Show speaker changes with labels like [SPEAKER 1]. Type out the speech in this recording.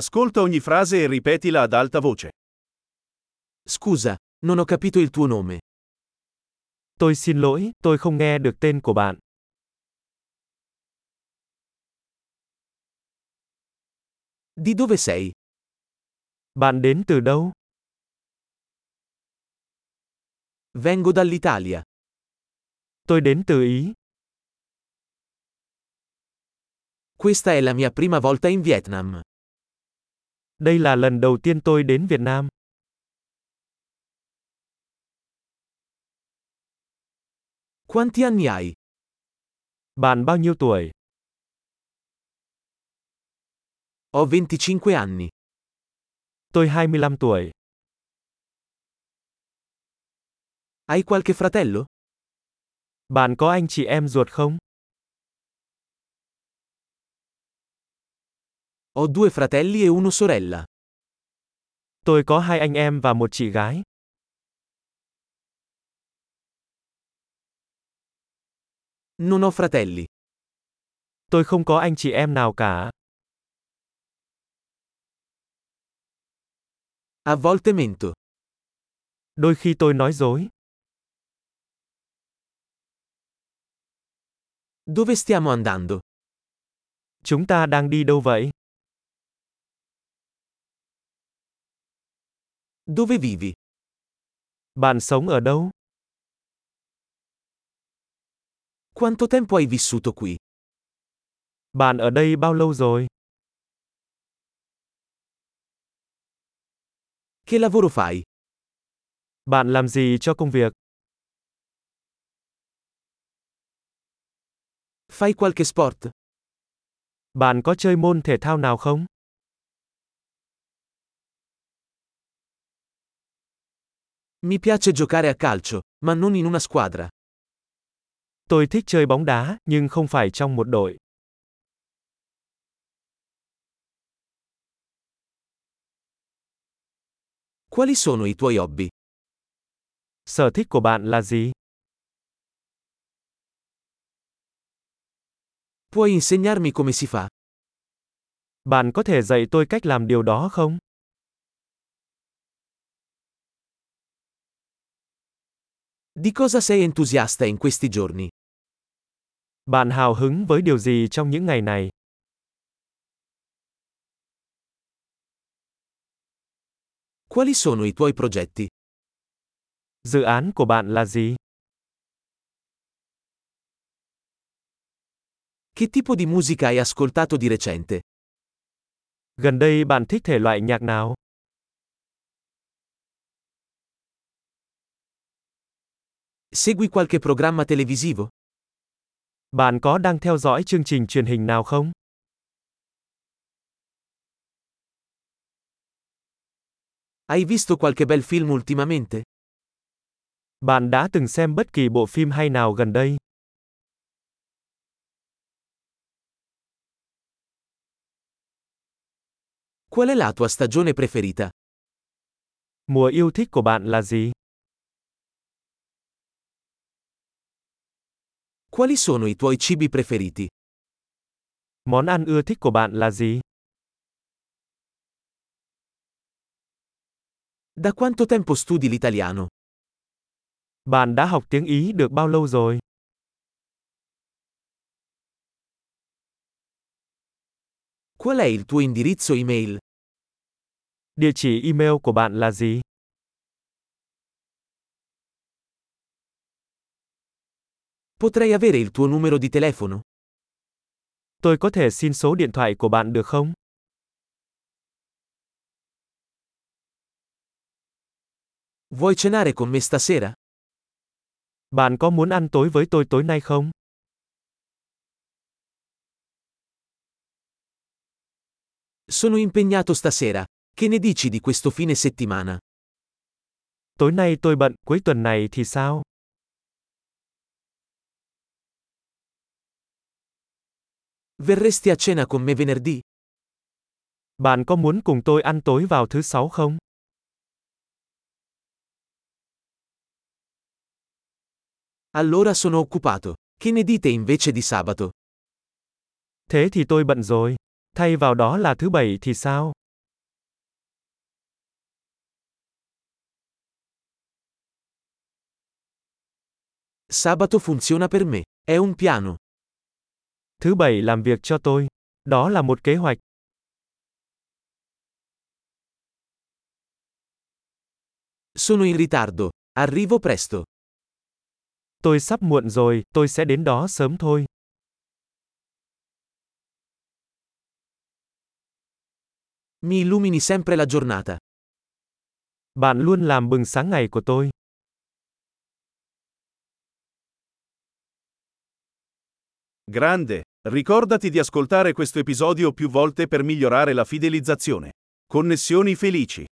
[SPEAKER 1] Ascolta ogni frase e ripetila ad alta voce.
[SPEAKER 2] Scusa, non ho capito il tuo nome.
[SPEAKER 3] Tôi xin lỗi, tôi không nghe được tên của bạn.
[SPEAKER 2] Di dove sei?
[SPEAKER 3] Bạn đến từ đâu?
[SPEAKER 2] Vengo dall'Italia.
[SPEAKER 3] Tôi đến từ Ý.
[SPEAKER 2] Questa è la mia prima volta in Vietnam.
[SPEAKER 3] Đây là lần đầu tiên tôi đến Việt Nam.
[SPEAKER 2] Quanti anni hai?
[SPEAKER 3] Bạn bao nhiêu tuổi?
[SPEAKER 2] Ho 25 anni.
[SPEAKER 3] Tôi 25 tuổi.
[SPEAKER 2] Hai qualche fratello?
[SPEAKER 3] Bạn có anh chị em ruột không?
[SPEAKER 2] Ho due fratelli e una sorella.
[SPEAKER 3] Tôi có hai anh em và một chị gái.
[SPEAKER 2] Non ho fratelli.
[SPEAKER 3] Tôi không có anh chị em nào cả.
[SPEAKER 2] A volte mento.
[SPEAKER 3] Đôi khi tôi nói dối.
[SPEAKER 2] Dove stiamo andando?
[SPEAKER 3] Chúng ta đang đi đâu vậy?
[SPEAKER 2] Dove vivi?
[SPEAKER 3] Bạn sống ở đâu?
[SPEAKER 2] Quanto tempo hai vissuto qui?
[SPEAKER 3] Bạn ở đây bao lâu rồi?
[SPEAKER 2] Che lavoro fai?
[SPEAKER 3] Bạn làm gì cho công việc?
[SPEAKER 2] Fai qualche sport?
[SPEAKER 3] Bạn có chơi môn thể thao nào không?
[SPEAKER 2] Mi piace giocare a calcio, ma non in una squadra.
[SPEAKER 3] Tôi thích chơi bóng đá, nhưng không phải trong một đội.
[SPEAKER 2] Quali sono i tuoi hobby?
[SPEAKER 3] Sở thích của bạn là gì?
[SPEAKER 2] Puoi insegnarmi come si fa?
[SPEAKER 3] Bạn có thể dạy tôi cách làm điều đó không?
[SPEAKER 2] Di cosa sei entusiasta in questi giorni?
[SPEAKER 3] Bạn hào hứng với điều gì trong những ngày này?
[SPEAKER 2] Quali sono i tuoi progetti?
[SPEAKER 3] Dự án của bạn là gì?
[SPEAKER 2] Che tipo di musica hai ascoltato di recente?
[SPEAKER 3] Gần đây bạn thích thể loại nhạc nào?
[SPEAKER 2] Segui qualche programma televisivo?
[SPEAKER 3] Bạn có đang theo dõi chương trình truyền hình nào không?
[SPEAKER 2] Hai visto qualche bel film ultimamente?
[SPEAKER 3] Bạn đã từng xem bất kỳ bộ phim hay nào gần đây?
[SPEAKER 2] Qual è la tua stagione preferita?
[SPEAKER 3] Mùa yêu thích của bạn là gì?
[SPEAKER 2] Quali sono i tuoi cibi preferiti?
[SPEAKER 3] Món ăn ưa thích của bạn là gì?
[SPEAKER 2] Da quanto tempo studi l'italiano?
[SPEAKER 3] Bạn đã học tiếng Ý được bao lâu rồi?
[SPEAKER 2] Qual è il tuo indirizzo email?
[SPEAKER 3] Địa chỉ email của bạn là gì?
[SPEAKER 2] Potrei avere il tuo numero di telefono?
[SPEAKER 3] Tôi có thể xin số điện thoại của bạn được không?
[SPEAKER 2] Vuoi cenare con me stasera?
[SPEAKER 3] Bạn có muốn ăn tối với tôi tối nay không?
[SPEAKER 2] Sono impegnato stasera. Che ne dici di questo fine settimana?
[SPEAKER 3] Tối nay tôi bận, cuối tuần này thì sao?
[SPEAKER 2] Verresti a cena con me venerdì?
[SPEAKER 3] Bạn có muốn cùng tôi ăn tối vào thứ sáu không?
[SPEAKER 2] Allora sono occupato. Che ne dite invece di sabato?
[SPEAKER 3] Thế thì tôi bận rồi. Thay vào đó là thứ bảy thì sao?
[SPEAKER 2] Sabato funziona per me. È un piano.
[SPEAKER 3] Thứ bảy làm việc cho tôi. Đó là một kế hoạch.
[SPEAKER 2] Sono in ritardo. Arrivo presto.
[SPEAKER 3] Tôi sắp muộn rồi, tôi sẽ đến đó sớm thôi.
[SPEAKER 2] Mi illumini sempre la giornata.
[SPEAKER 3] Bạn luôn làm bừng sáng ngày của tôi.
[SPEAKER 1] Grande! Ricordati di ascoltare questo episodio più volte per migliorare la fidelizzazione. Connessioni felici!